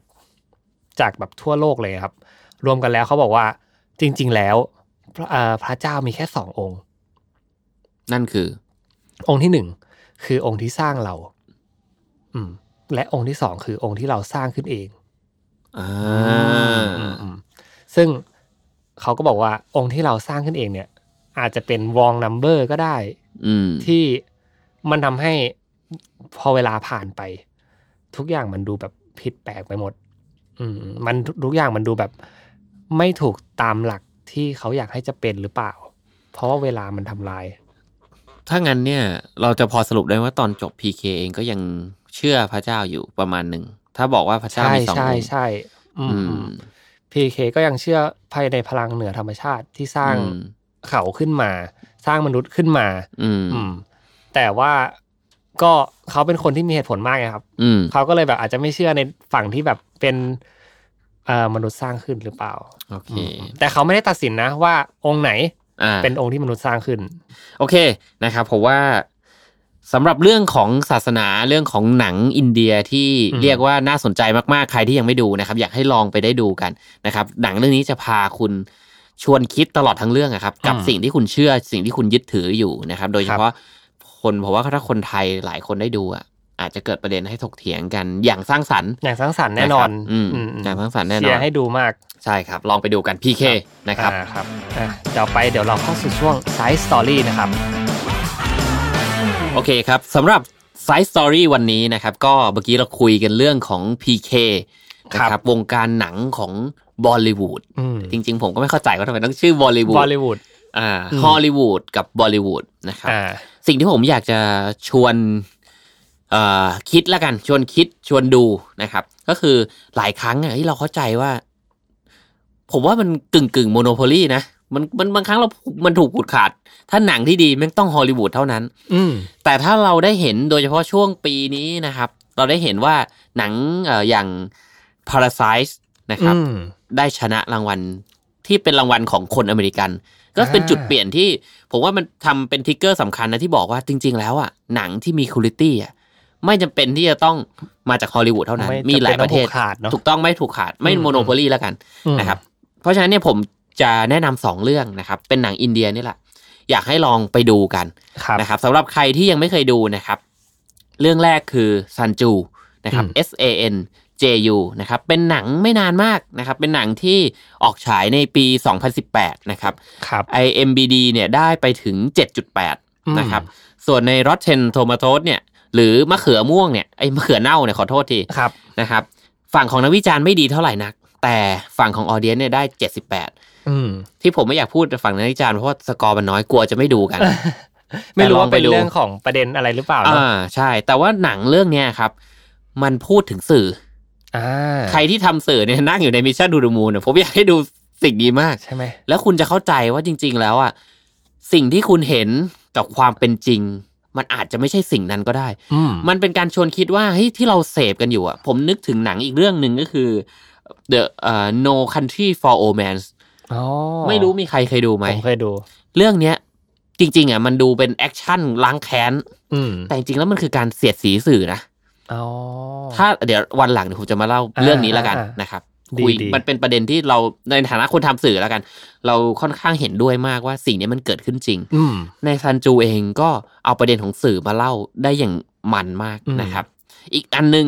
จากแบบทั่วโลกเลยครับ รวมกันแล้วเขาบอกว่าจริง ๆ แล้วพระเอ่อพระเจ้ามีแค่สององค์ นั่นคือ องค์ที่หนึ่งคือองค์ที่สร้างเรา อืม และองค์ที่สองคือองค์ที่เราสร้างขึ้นเอง อ่า อืมอืมซึ่งเขาก็บอกว่าองค์ที่เราสร้างขึ้นเองเนี่ย อาจจะเป็น wrong number ก็ได้ อืม ที่มันทำให้พอเวลาผ่านไป ทุกอย่างมันดูแบบผิดแปลกไปหมด อืมมันทุกอย่างมันดูแบบ ไม่ถูกตามหลักที่เขาอยากให้จะเป็นหรือเปล่า เพราะว่าเวลามันทำลาย ถ้างั้นเนี่ยเราจะพอสรุปได้ว่าตอนจบ PK เองก็ยังเชื่อพระเจ้าอยู่ประมาณหนึ่ง ถ้าบอกว่าพระเจ้า ใช่ มีสอง ใช่ องค์ ใช่อืม อื อื ม มพีเคก็ยังเชื่อภายในพลังเหนือธรรมชาติที่สร้าง อืม เขาขึ้นมา สร้างมนุษย์ขึ้นมา อืม อืม แต่ว่าก็เขาเป็นคนที่มีเหตุผลมากไงครับ อืม เขาก็เลยแบบอาจจะไม่เชื่อในฝั่งที่แบบเป็นเอ่อมนุษย์สร้างขึ้นหรือเปล่า โอเค อืมแต่เขาไม่ได้ตัดสินนะว่าองค์ไหน อ่า เป็นองค์ที่มนุษย์สร้างขึ้น โอเคนะครับผมว่าสำหรับเรื่องของศาสนาเรื่องของหนังอินเดียที่ อืม เรียกว่าน่าสนใจมากๆ ใครที่ยังไม่ดูนะครับ อยากให้ลองไปได้ดูกันนะครับ หนังเรื่องนี้จะพาคุณชวนคิดตลอดทั้งเรื่องอะครับ กับสิ่งที่คุณเชื่อสิ่งที่คุณยึดถืออยู่นะครับ โดยเฉพาะคนผมว่าถ้าคนไทยหลายคนได้ดูอะอาจจะเกิดประเด็นให้ถกเถียงกันอย่างสร้างสรรค์ อย่างสร้างสรรค์แน่นอน นะครับอืมอย่างสร้างสรรค์แน่น เชี อย น ร์ให้ดูมาก ใช่ครับ ลองไปดูกัน PK นะครับ อ่าครับอ่ะต่อไปเดี๋ยวเราเข้าสู่ช่วง Side Story นะครับ โอเคครับสำหรับ Side Story วันนี้นะครับก็เมื่อกี้เราคุยกันเรื่องของ PK นะค ครั รับบ วงการหนังของบอลลีวูด อืม จริง ๆ ผมก็ไม่เข้าใจว่าทำไมต้องชื่อบอลลีวู บอ ด ลลีวูด อ่า อืม ฮอลลีวูดกับบอลลีวูดนะครับ อ่า สิ่งที่ผมอยากจะชวนเอ่อคิดละกันชวนคิดชวนดูนะครับ ก็คือหลายครั้งอะที่เราเข้าใจว่า ผมว่ามันกึ่งกึ่งโมโนโพลีนะมันมันบางครั้งเรามันถูกผูดขาด ถ้าหนังที่ดีแม่งต้องฮอลลีวูดเท่านั้น อืม แต่ถ้าเราได้เห็นโดยเฉพาะช่วงปีนี้นะครับ เราได้เห็นว่าหนังเอ่ออย่าง Parasite นะครับ อืม ได้ชนะรางวัลที่เป็นรางวัลของคนอเมริกัน ก็เป็น อ่า จุดเปลี่ยนที่ ผมว่ามันทำเป็นทริกเกอร์สำคัญนะที่บอกว่าจริง ๆ แล้วอ่ะหนังที่มีคุณตี้อ่ะไม่จำเป็นที่จะต้องมาจากฮอลลีวูดเท่านั้น ไ มีหลายประเทศ จำนต้องผูกขาดเนาะ ถูกต้องไม่ถูกขาดไม่ อืม โมโนโพลีแล้วกัน นะครับ เพราะฉะนั้นเนี่ยผมจะแนะนำสองเรื่องนะครับ เป็นหนังอินเดียนี่แหละอยากให้ลองไปดูกัน ครับ นะครับสำหรับใครที่ยังไม่เคยดูนะครับ เรื่องแรกคือซันจูนะครับ อืม S A N J U นะครับเป็นหนังไม่นานมากนะครับ เป็นหนังที่ออกฉายในปี 2018 นะครับ ครับ IMBD เนี่ยได้ไปถึง อืม 7.8 นะครับ ส่วนในร o เทนโทมาโตสเนี่ย หรือมะเขือม่วงเนี่ยไอ้มะเขือเน่าเนี่ยขอโทษที ครับ นะครับ ฝั่งของนักวิจารณ์ไม่ดีเท่าไหร่นัก แต่ฝั่งของออเดียนเนี่ยได้ 78 อืม ที่ผมไม่อยากพูดฝั่งนักวิจารณ์เพราะว่าสกอร์มันน้อยกลัวจะไม่ดูกัน ไม่รู้ว่าเป็น แต่ลองไปดู เรื่องของประเด็นอะไรหรือเปล่าเนอะ อ่าใช่ แต่ว่าหนังเรื่องเนี้ยครับ มันพูดถึงสื่อ อ่า ใครที่ทำสื่อเนี่ยนั่งอยู่ในมิชชั่นดูดมูนเนี่ยผมอยากให้ดูสิ่งนี้มาก ใช่ไหม แล้วคุณจะเข้าใจว่าจริง ๆ แล้วอ่ะสิ่งที่คุณเห็นกับความเป็นจริง มันอาจจะไม่ใช่สิ่งนั้นก็ได้ อืม มันเป็นการชวนคิดว่าเฮ้ยที่เราเสพกันอยู่อ่ะ ผมนึกถึงหนังอีกเรื่องหนึ่งก็คือ The เอ่อ No Country for Old Men อ๋อ ไม่รู้มีใครเคยดูไหม ผมเคยดู เรื่องเนี้ยจริง ๆอ่ะมันดูเป็นแอคชั่นล้างแค้น อืม แต่จริงๆแล้วมันคือการเสียดสีสื่อนะ อ๋อ ถ้าเดี๋ยววันหลังเดี๋ยวผมจะมาเล่า อ่า เรื่องนี้แล้วกัน อ่าอ่าน นะครับ ดี คุย ดี มันเป็นประเด็นที่เราในฐานะคนทำสื่อแล้วกัน เราค่อนข้างเห็นด้วยมากว่าสิ่งนี้มันเกิดขึ้นจริง อืม ในซันจูเองก็เอาประเด็นของสื่อมาเล่าได้อย่างมันมาก อืม นะครับ อีกอันหนึง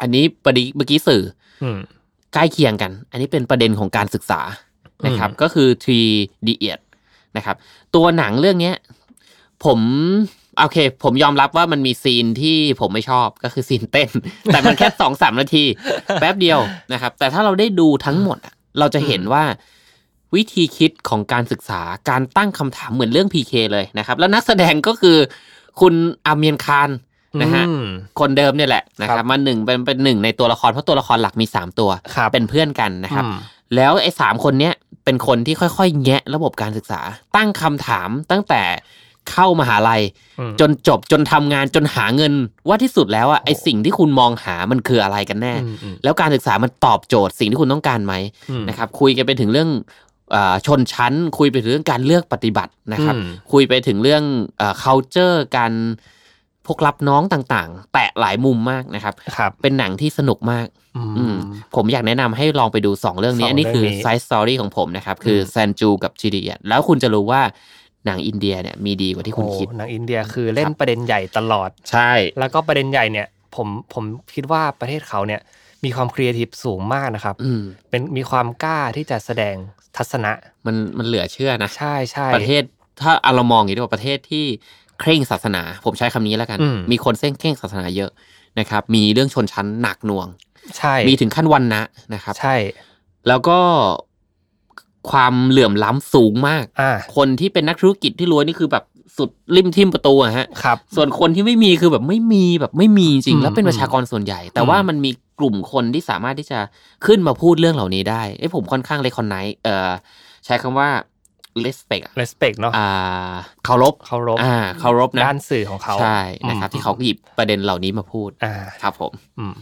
อันนี้ประเด็นเมื่อกี้สื่อ อืม ใกล้เคียงกัน อันนี้เป็นประเด็นของการศึกษานะครับ อืม ก็คือทรีดีเอียดนะครับ ตัวหนังเรื่องเนี้ยผมโอเค ผมยอมรับว่ามันมีซีนที่ผมไม่ชอบก็คือซีนเต้น แต่มันแค่สองสามนาที แป๊บเดียวนะครับ แต่ถ้าเราได้ดูทั้งหมดอะเราจะเห็นว่าวิธีคิดของการศึกษาการตั้งคำถามเหมือนเรื่อง PK เลยนะครับ แล้วนักแสดงก็คือคุณอาเมียนคานนะฮะ อืม คนเดิมเนี่ยแหละนะค ครั รับบ มาหนึ่งเป็นเป็นหนึ่งในตัวละครเพราะตัวละครหลักมีสามตัว ครับ เป็นเพื่อนกันนะครับ อืม แล้วไอ้สามคนเนี้ยเป็นคนที่ค่อยๆ แงะระบบการศึกษา ตั้งคำถามตั้งแต่เข้ามหาลัย อืม จนจบจนทำงานจนหาเงิน ว่าที่สุดแล้วอะไอสิ่งที่คุณมองหามันคืออะไรกันแน่ อืมอืม แล้วการศึกษามันตอบโจทย์สิ่งที่คุณต้องการไหม อืม นะครับ คุยกันไปถึงเรื่องเออชนชั้น คุยไปถึงเรื่องการเลือกปฏิบัตินะครับ อืม คุยไปถึงเรื่องเอ่อ culture การพวกรับน้องต่างๆ แตะหลายมุมมากนะครับ ครับ เป็นหนังที่สนุกมาก อืม อืมผมอยากแนะนำให้ลองไปดู 2 เรื่องนี้ สอง อันนี้ เรื่อง คือ นี้ ไซส์สตอรี่ของผมนะครับ คืออ ม แซนจูกับชีเดียแล้วคุณจะรู้ว่าหนังอินเดียเนี่ยมีดีกว่าที่คุณ โอ้ คิด หนังอินเดียคือเล่ คน รับ ประเด็นใหญ่ตลอด ใช่ แล้วก็ประเด็นใหญ่เนี่ย ผมผมคิดว่าประเทศเขาเนี่ย มีความครีเอทีฟสูงมากนะครับ อืม เป็นมีความกล้าที่จะแสดงทัศนะ มันมันเหลือเชื่อนะ ใช่ใช่ ประเทศถ้าเอาเรามองอย่างนี้ดีกว่าประเทศที่เคร่งศาสนา ผมใช้คำนี้แล้วกัน อืม มีคนเส้นเคร่งศาสนาเยอะนะครับ มีเรื่องชนชั้นหนักหน่วง ใช่ มีถึงขั้นวันนะนะครับ ใช่ แล้วก็ความเหลื่อมล้ำสูงมาก อ่า คนที่เป็นนักธุรกิจที่รวยนี่คือแบบสุดริมทิมประตูอะฮะ ครับ ส่วนคนที่ไม่มีคือแบบไม่มีแบบไม่มีจริง อืม แล้วเป็นประชากรส่วนใหญ่ แต่ว่ามันมีกลุ่มคนที่สามารถที่จะขึ้นมาพูดเรื่องเหล่านี้ได้เอ้ยผมค่อนข้างเลคอนไนเอ่อใช้คำว่า respect อะ respect เนาะ อ่าเคารพ เคารพ อ่าเคารพนะ ด้านสื่อของเขา ใช่นะครับ อืม ที่เขาหยิบประเด็นเหล่านี้มาพูด อ่า ครับผม อืม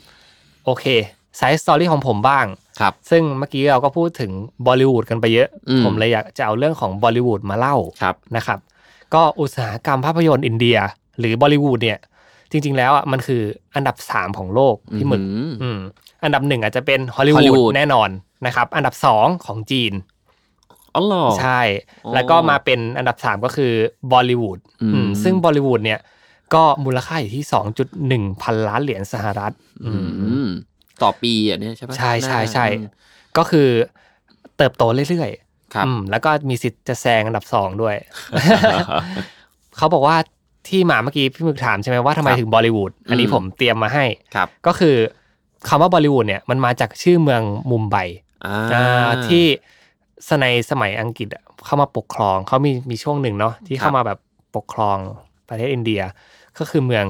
โอเคไซส์สตอรี่ของผมบ้าง ครับ ซึ่งเมื่อกี้เราก็พูดถึงบอลิวูดกันไปเยอะ อืม ผมเลยอยากจะเอาเรื่องของบอลิวูดมาเล่า ครับ นะครับก็อุตสาหกรรมภาพยนตร์อินเดีย หรือบอลิวูดเนี่ย จริง ๆ แล้วอ่ะมันคืออันดับ 3 ของโลกพี่หมึก อืม อืมอันดับหนึ่งอาจจะเป็นฮอลลี ฮอลลีวู วู ด ดแน่นอนนะครับอันดับ 2 ของจีน อ๋อเหรอ ใช่ อ๋อ แล้วก็มาเป็นอันดับ 3 ก็คือบอลิวูด อืม อืมซึ่งบอลิวูดเนี่ย ก็มูลค่าอยู่ที่ 2.1 พันล้านเหรียญสหรัฐอื อื ม มต่อปีอ่ะเนี่ยใช่ปะ ใช่ใช่ใช่ อืม ก็คือเติบโตเรื่อย ครับ ๆอืมแล้วก็มีสิทธิ์จะแซงอันดับ 2 ด้วย เขาบอกว่าที่มาเมื่อกี้พี่มึกถามใช่ไหมว่าทำไม ครับ ถึงบอลิวูดอันนี้ อืม ผมเตรียมมาให้ ครับ ก็คือคำว่าบอลิวูดเนี่ยมันมาจากชื่อเมืองมุมไบ อ่า อ่าที่สในสมัยอังกฤษอะเข้ามาปกครองเขามีมีช่วงหนึ่งเนาะที่เข้ามาแบบปกครองประเทศอินเดีย ก็คือเมือง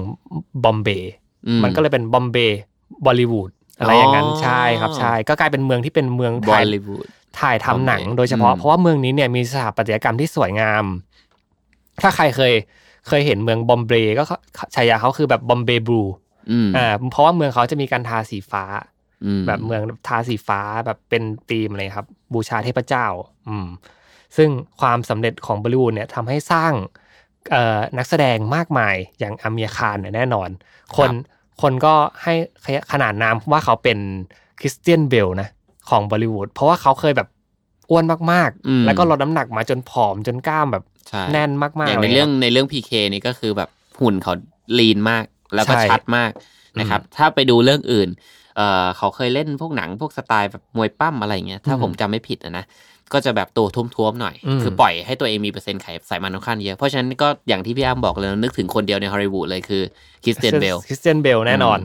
บอมเบย์ อื มันก็เลยเป็นบอมเบย์บอลิวูดอะไรอย่างนั้น อ๋อ ใช่ครับใช่ก็กลายเป็นเมืองที่เป็นเมือง บอ ถ่าย ลิวูด ถ่ายทำหนัง โอเค โดยเฉพาะ อืม เพราะว่าเมืองนี้เนี่ยมีสถาปัตยกรรมที่สวยงาม ถ้าใครเคยเคยเห็นเมืองบอมเบย์ก็เขาฉายาเขาคือแบบบอมเบย์บลู อืม อ่าเพราะว่าเมืองเขาจะมีการทาสีฟ้า อืม แบบเมืองทาสีฟ้าแบบเป็นธีมเลยครับ บูชาเทพเจ้า อืม ซึ่งความสำเร็จของบอลลิวูดเนี่ยทำให้สร้างเอ่อนักแสดงมากมายอย่างอาเมียคารเนี่ยแน่นอน คนคนก็ให้ขนาดนามว่าเขาเป็นคริสเตียนเบลนะของบอลลิวูดเพราะว่าเขาเคยแบบอ้วนมาก อืม ๆ แล้วก็ลดน้ำหนักมาจนผอมจนกล้ามแบบ ใช่ แน่นมากๆ อย่าง ล ใน ย เรื่อง คบ ในเรื่องพีเคนี่ก็คือแบบหุ่นเขาลีนมาก แล้วก็ ใช่ ชัดมากนะครับ ถ้าไปดูเรื่องอื่น เอ่อเขาเคยเล่นพวกหนังพวกสไตล์แบบมวยปั้มอะไรอย่างเงี้ยถ้า อืม ผมจำไม่ผิดอะนะ ก็จะแบบตัวท้วมๆหน่อย อืม คือปล่อยให้ตัวเองมีเปอร์เซ็นต์ไขสัยมันค่อนข้างเยอะ เพราะฉะนั้นก็อย่างที่พี่อ้ำบอกเลยนึกถึงคนเดียวในฮอลลีวูดเลยคือคริสเตียนเบล คริสเตียนเบลแน่นอน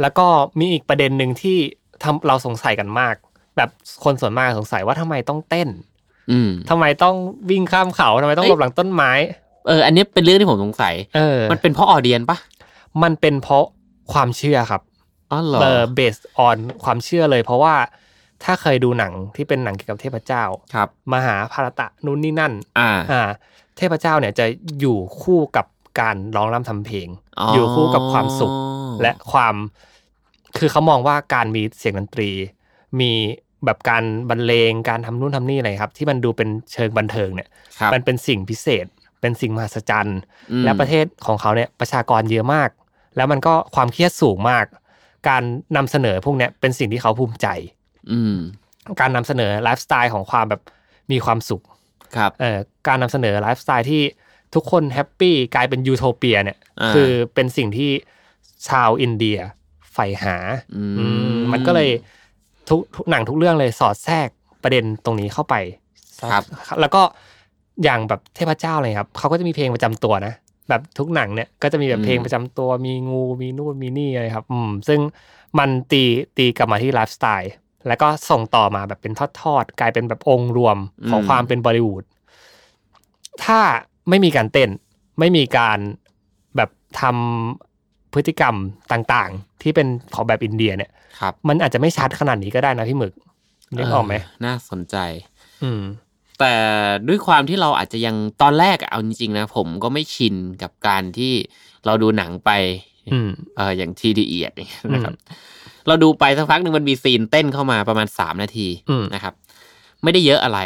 แล้วก็มีอีกประเด็นหนึ่งที่ทำเราสงสัยกันมาก แบบคนส่วนมากสงสัยว่าทำไมต้องเต้น อืม ทำไมต้องวิ่งข้ามเขาทำไมต้องหลบหลังต้นไม้ เออ อันนี้เป็นเรื่องที่ผมสงสัย เออ มันเป็นเพราะออเดียนปะ มันเป็นเพราะความเชื่อครับ อ๋อเหรอ เออ based on ความเชื่อเลย เพราะว่าถ้าเคยดูหนังที่เป็นหนังเกี่ยวกับเทพเจ้า ครับ มหาภารตะนู่นนี่นั่น อ่า อ่า เทพเจ้าเนี่ยจะอยู่คู่กับการร้องรำทำเพลง อ๋อ อ อ ยู่คู่กับความสุขและความ คือเขามองว่าการมีเสียงดนตรี มีแบบการบรรเลงการทำนู่นทำนี่อะไรครับ ที่มันดูเป็นเชิงบันเทิงเนี่ย ครับ มันเป็นสิ่งพิเศษ เป็นสิ่งมหัศจรรย์ อืม และประเทศของเขาเนี่ยประชากรเยอะมาก แล้วมันก็ความเครียดสูงมาก การนำเสนอพวกเนี้ยเป็นสิ่งที่เขาภูมิใจ อืม การนำเสนอไลฟ์สไตล์ของความแบบมีความสุข ครับ เอ่อการนำเสนอไลฟ์สไตล์ที่ทุกคนแฮปปี้กลายเป็นยูโทเปียเนี่ย อ่า คือเป็นสิ่งที่ชาวอินเดียใฝ่หา อื อืมมันก็เลยทุกทุกหนังทุกเรื่องเลยสอดแทรกประเด็นตรงนี้เข้าไป ครับ แล้วก็อย่างแบบเทพเจ้าเลยครับเขาก็จะมีเพลงประจำตัวนะ แบบทุกหนังเนี่ยก็จะมีแบบ อืม เพลงประจำตัวมีงูมีนู่นมีนี่อะไรครับ อืมซึ่งมันตีตีกลับมาที่ไลฟ์สไตล์แล้วก็ส่งต่อมาแบบเป็นทอดๆ กลายเป็นแบบองค์รวมของความเป็นบอลิวูดถ้าไม่มีการเต้น ไม่มีการแบบทำพฤติกรรมต่างๆ ที่เป็นของแบบอินเดียเนี่ย ครับ มันอาจจะไม่ชัดขนาดนี้ก็ได้นะพี่หมึกนึกออกไหม เน่าสนใจ อืม แต่ด้วยความที่เราอาจจะยังตอนแรกอะเอาจริงๆนะ ผมก็ไม่ชินกับการที่เราดูหนังไป อืม เอออย่างทีดีเอียดอย่างเงี้ยนะครับ เราดูไปสักพักหนึ่งมันมีซีนเต้นเข้ามาประมาณสามนาที อืม นะครับ ไม่ได้เยอะอะไร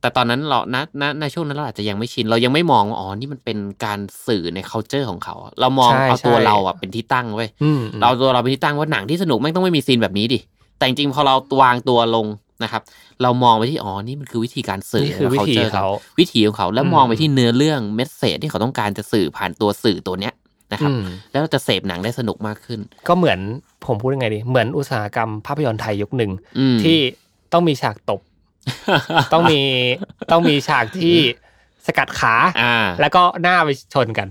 แต่ตอนนั้นเราณณณช่วงนั้นเราอาจจะยังไม่ชิน เรายังไม่มองว่าอ๋อนี่มันเป็นการสื่อใน c u เจอร์ของเขาอะเรามอง ใช่ เอาตัว ใช่ เราอะเป็นที่ตั้งเว้ย อืม เราเอาตัวเราเป็นที่ตั้งว่าหนังที่สนุกแม่งต้องไม่มีซีนแบบนี้ดิแต่จริงๆพอเราวางตัวลงนะครับ เรามองไปที่อ๋อนี่มันคือวิธีการสื่อ นี่คือ และ วิธี culture เขา วิถีของเขาแล้ว อืม มองไปที่เนื้อเรื่องเมสเซจที่เขาต้องการจะสื่อผ่านตัวสื่อตัวเนี้ยนะครับ อืม แล้วเราจะเสพหนังได้สนุกมากขึ้น ก็เหมือนผมพูดยังไงดี เหมือนอุตสาหกรรมภาพยนตร์ไทยยุคหนึ่ง อืม ที่ต้องมีฉากตบ ต้องมีต้องมีฉากที่สกัดขา อ่า แล้วก็หน้าไปชน กัน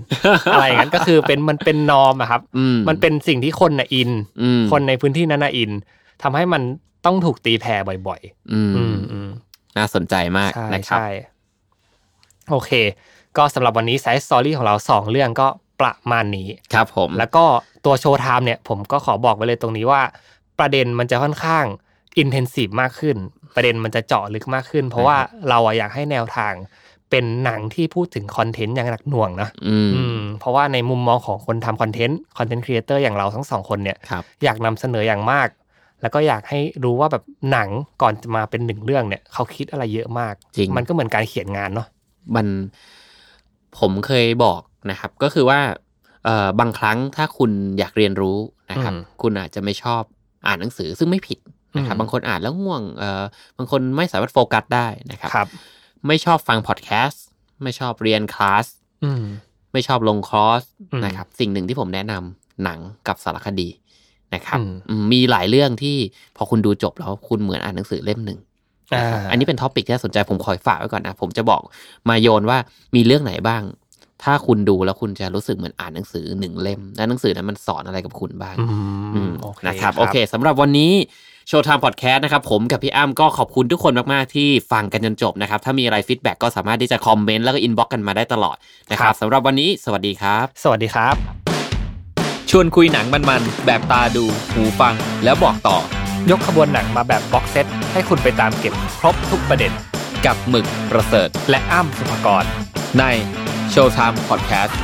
อะไรอย่างนั้นก็คือเป็นมันเป็นนอมอะครับ อืม มันเป็นสิ่งที่คนน่ะอิน อืม คนในพื้นที่นั้นน่ะอินทำให้มันต้องถูกตีแผ่บ่อย อื ๆ อื ม มอืม น่าสนใจมาก ใช่ นะครับ ใช่โอเค ก็สำหรับวันนี้ไซส์สตอรี่ของเรา 2 เรื่องก็ประมาณนี้ ครับผม แล้วก็ตัวโชว์ไทม์เนี่ย ผมก็ขอบอกไว้เลยตรงนี้ว่า ประเด็นมันจะค่อนข้างอินเทนซีฟมากขึ้น ประเด็นมันจะเจาะลึกมากขึ้น เพราะว่าเราอะอยากให้แนวทางเป็นหนังที่พูดถึงคอนเทนต์อย่างหนักหน่วงนะ อืม อืมเพราะว่าในมุมมองของคนทำคอนเทนต์ คอนเทนต์ครีเอเตอร์อย่างเราทั้งสองคนเนี่ย ครับ อยากนำเสนออย่างมาก แล้วก็อยากให้รู้ว่าแบบหนังก่อนจะมาเป็นหนึ่งเรื่องเนี่ย เขาคิดอะไรเยอะมาก จริง มันก็เหมือนการเขียนงานเนาะ มันผมเคยบอกนะครับ ก็คือว่าเอ่อบางครั้งถ้าคุณอยากเรียนรู้นะครับ อืม คุณอาจจะไม่ชอบอ่านหนังสือซึ่งไม่ผิดนะครับ อืม บางคนอ่านแล้วง่วงเอ่อบางคนไม่สามารถโฟกัสได้นะครับ ครับ ไม่ชอบฟังพอดแคสต์ไม่ชอบเรียนคลาส อืม ไม่ชอบลงคอร์ส อืม นะครับ สิ่งหนึ่งที่ผมแนะนำหนังกับสารคดีนะครับ อืม อืมมีหลายเรื่องที่พอคุณดูจบแล้วคุณเหมือนอ่านหนังสือเล่มหนึ่ง อ่า นะครับอันนี้เป็นท็อปิกที่น่าสนใจผมคอยฝากไว้ก่อนนะ ผมจะบอกมาโยนว่ามีเรื่องไหนบ้าง ถ้าคุณดูแล้วคุณจะรู้สึกเหมือนอ่านหนังสือหนึ่งเล่ม และหนังสือนั้นมันสอนอะไรกับคุณบ้าง อื อื ม ม โอเค นะครับโอเคสำหรับวันนี้โชว์ไทม์พอดแคสต์นะครับ ผมกับพี่อ้ำก็ขอบคุณทุกคนมาก ๆ ที่ฟังกันจนจบนะครับ ถ้ามีอะไรฟีดแบ็กก็สามารถที่จะคอมเมนต์แล้วก็อินบ็อกกันมาได้ตลอดนะครับสำหรับวันนี้สวัสดีครับ สวัสดีครับ ชวนคุยหนังมันๆ แบบตาดู หูฟังแล้วบอกต่อย กขบวนหนังมาแบบบ็อกเซตให้คุณไปตามเก็บครบทุกประเด็น กับหมึกประเสริฐ และอ้ำสุภกร ในโชว์ไทม์พอดแคสต์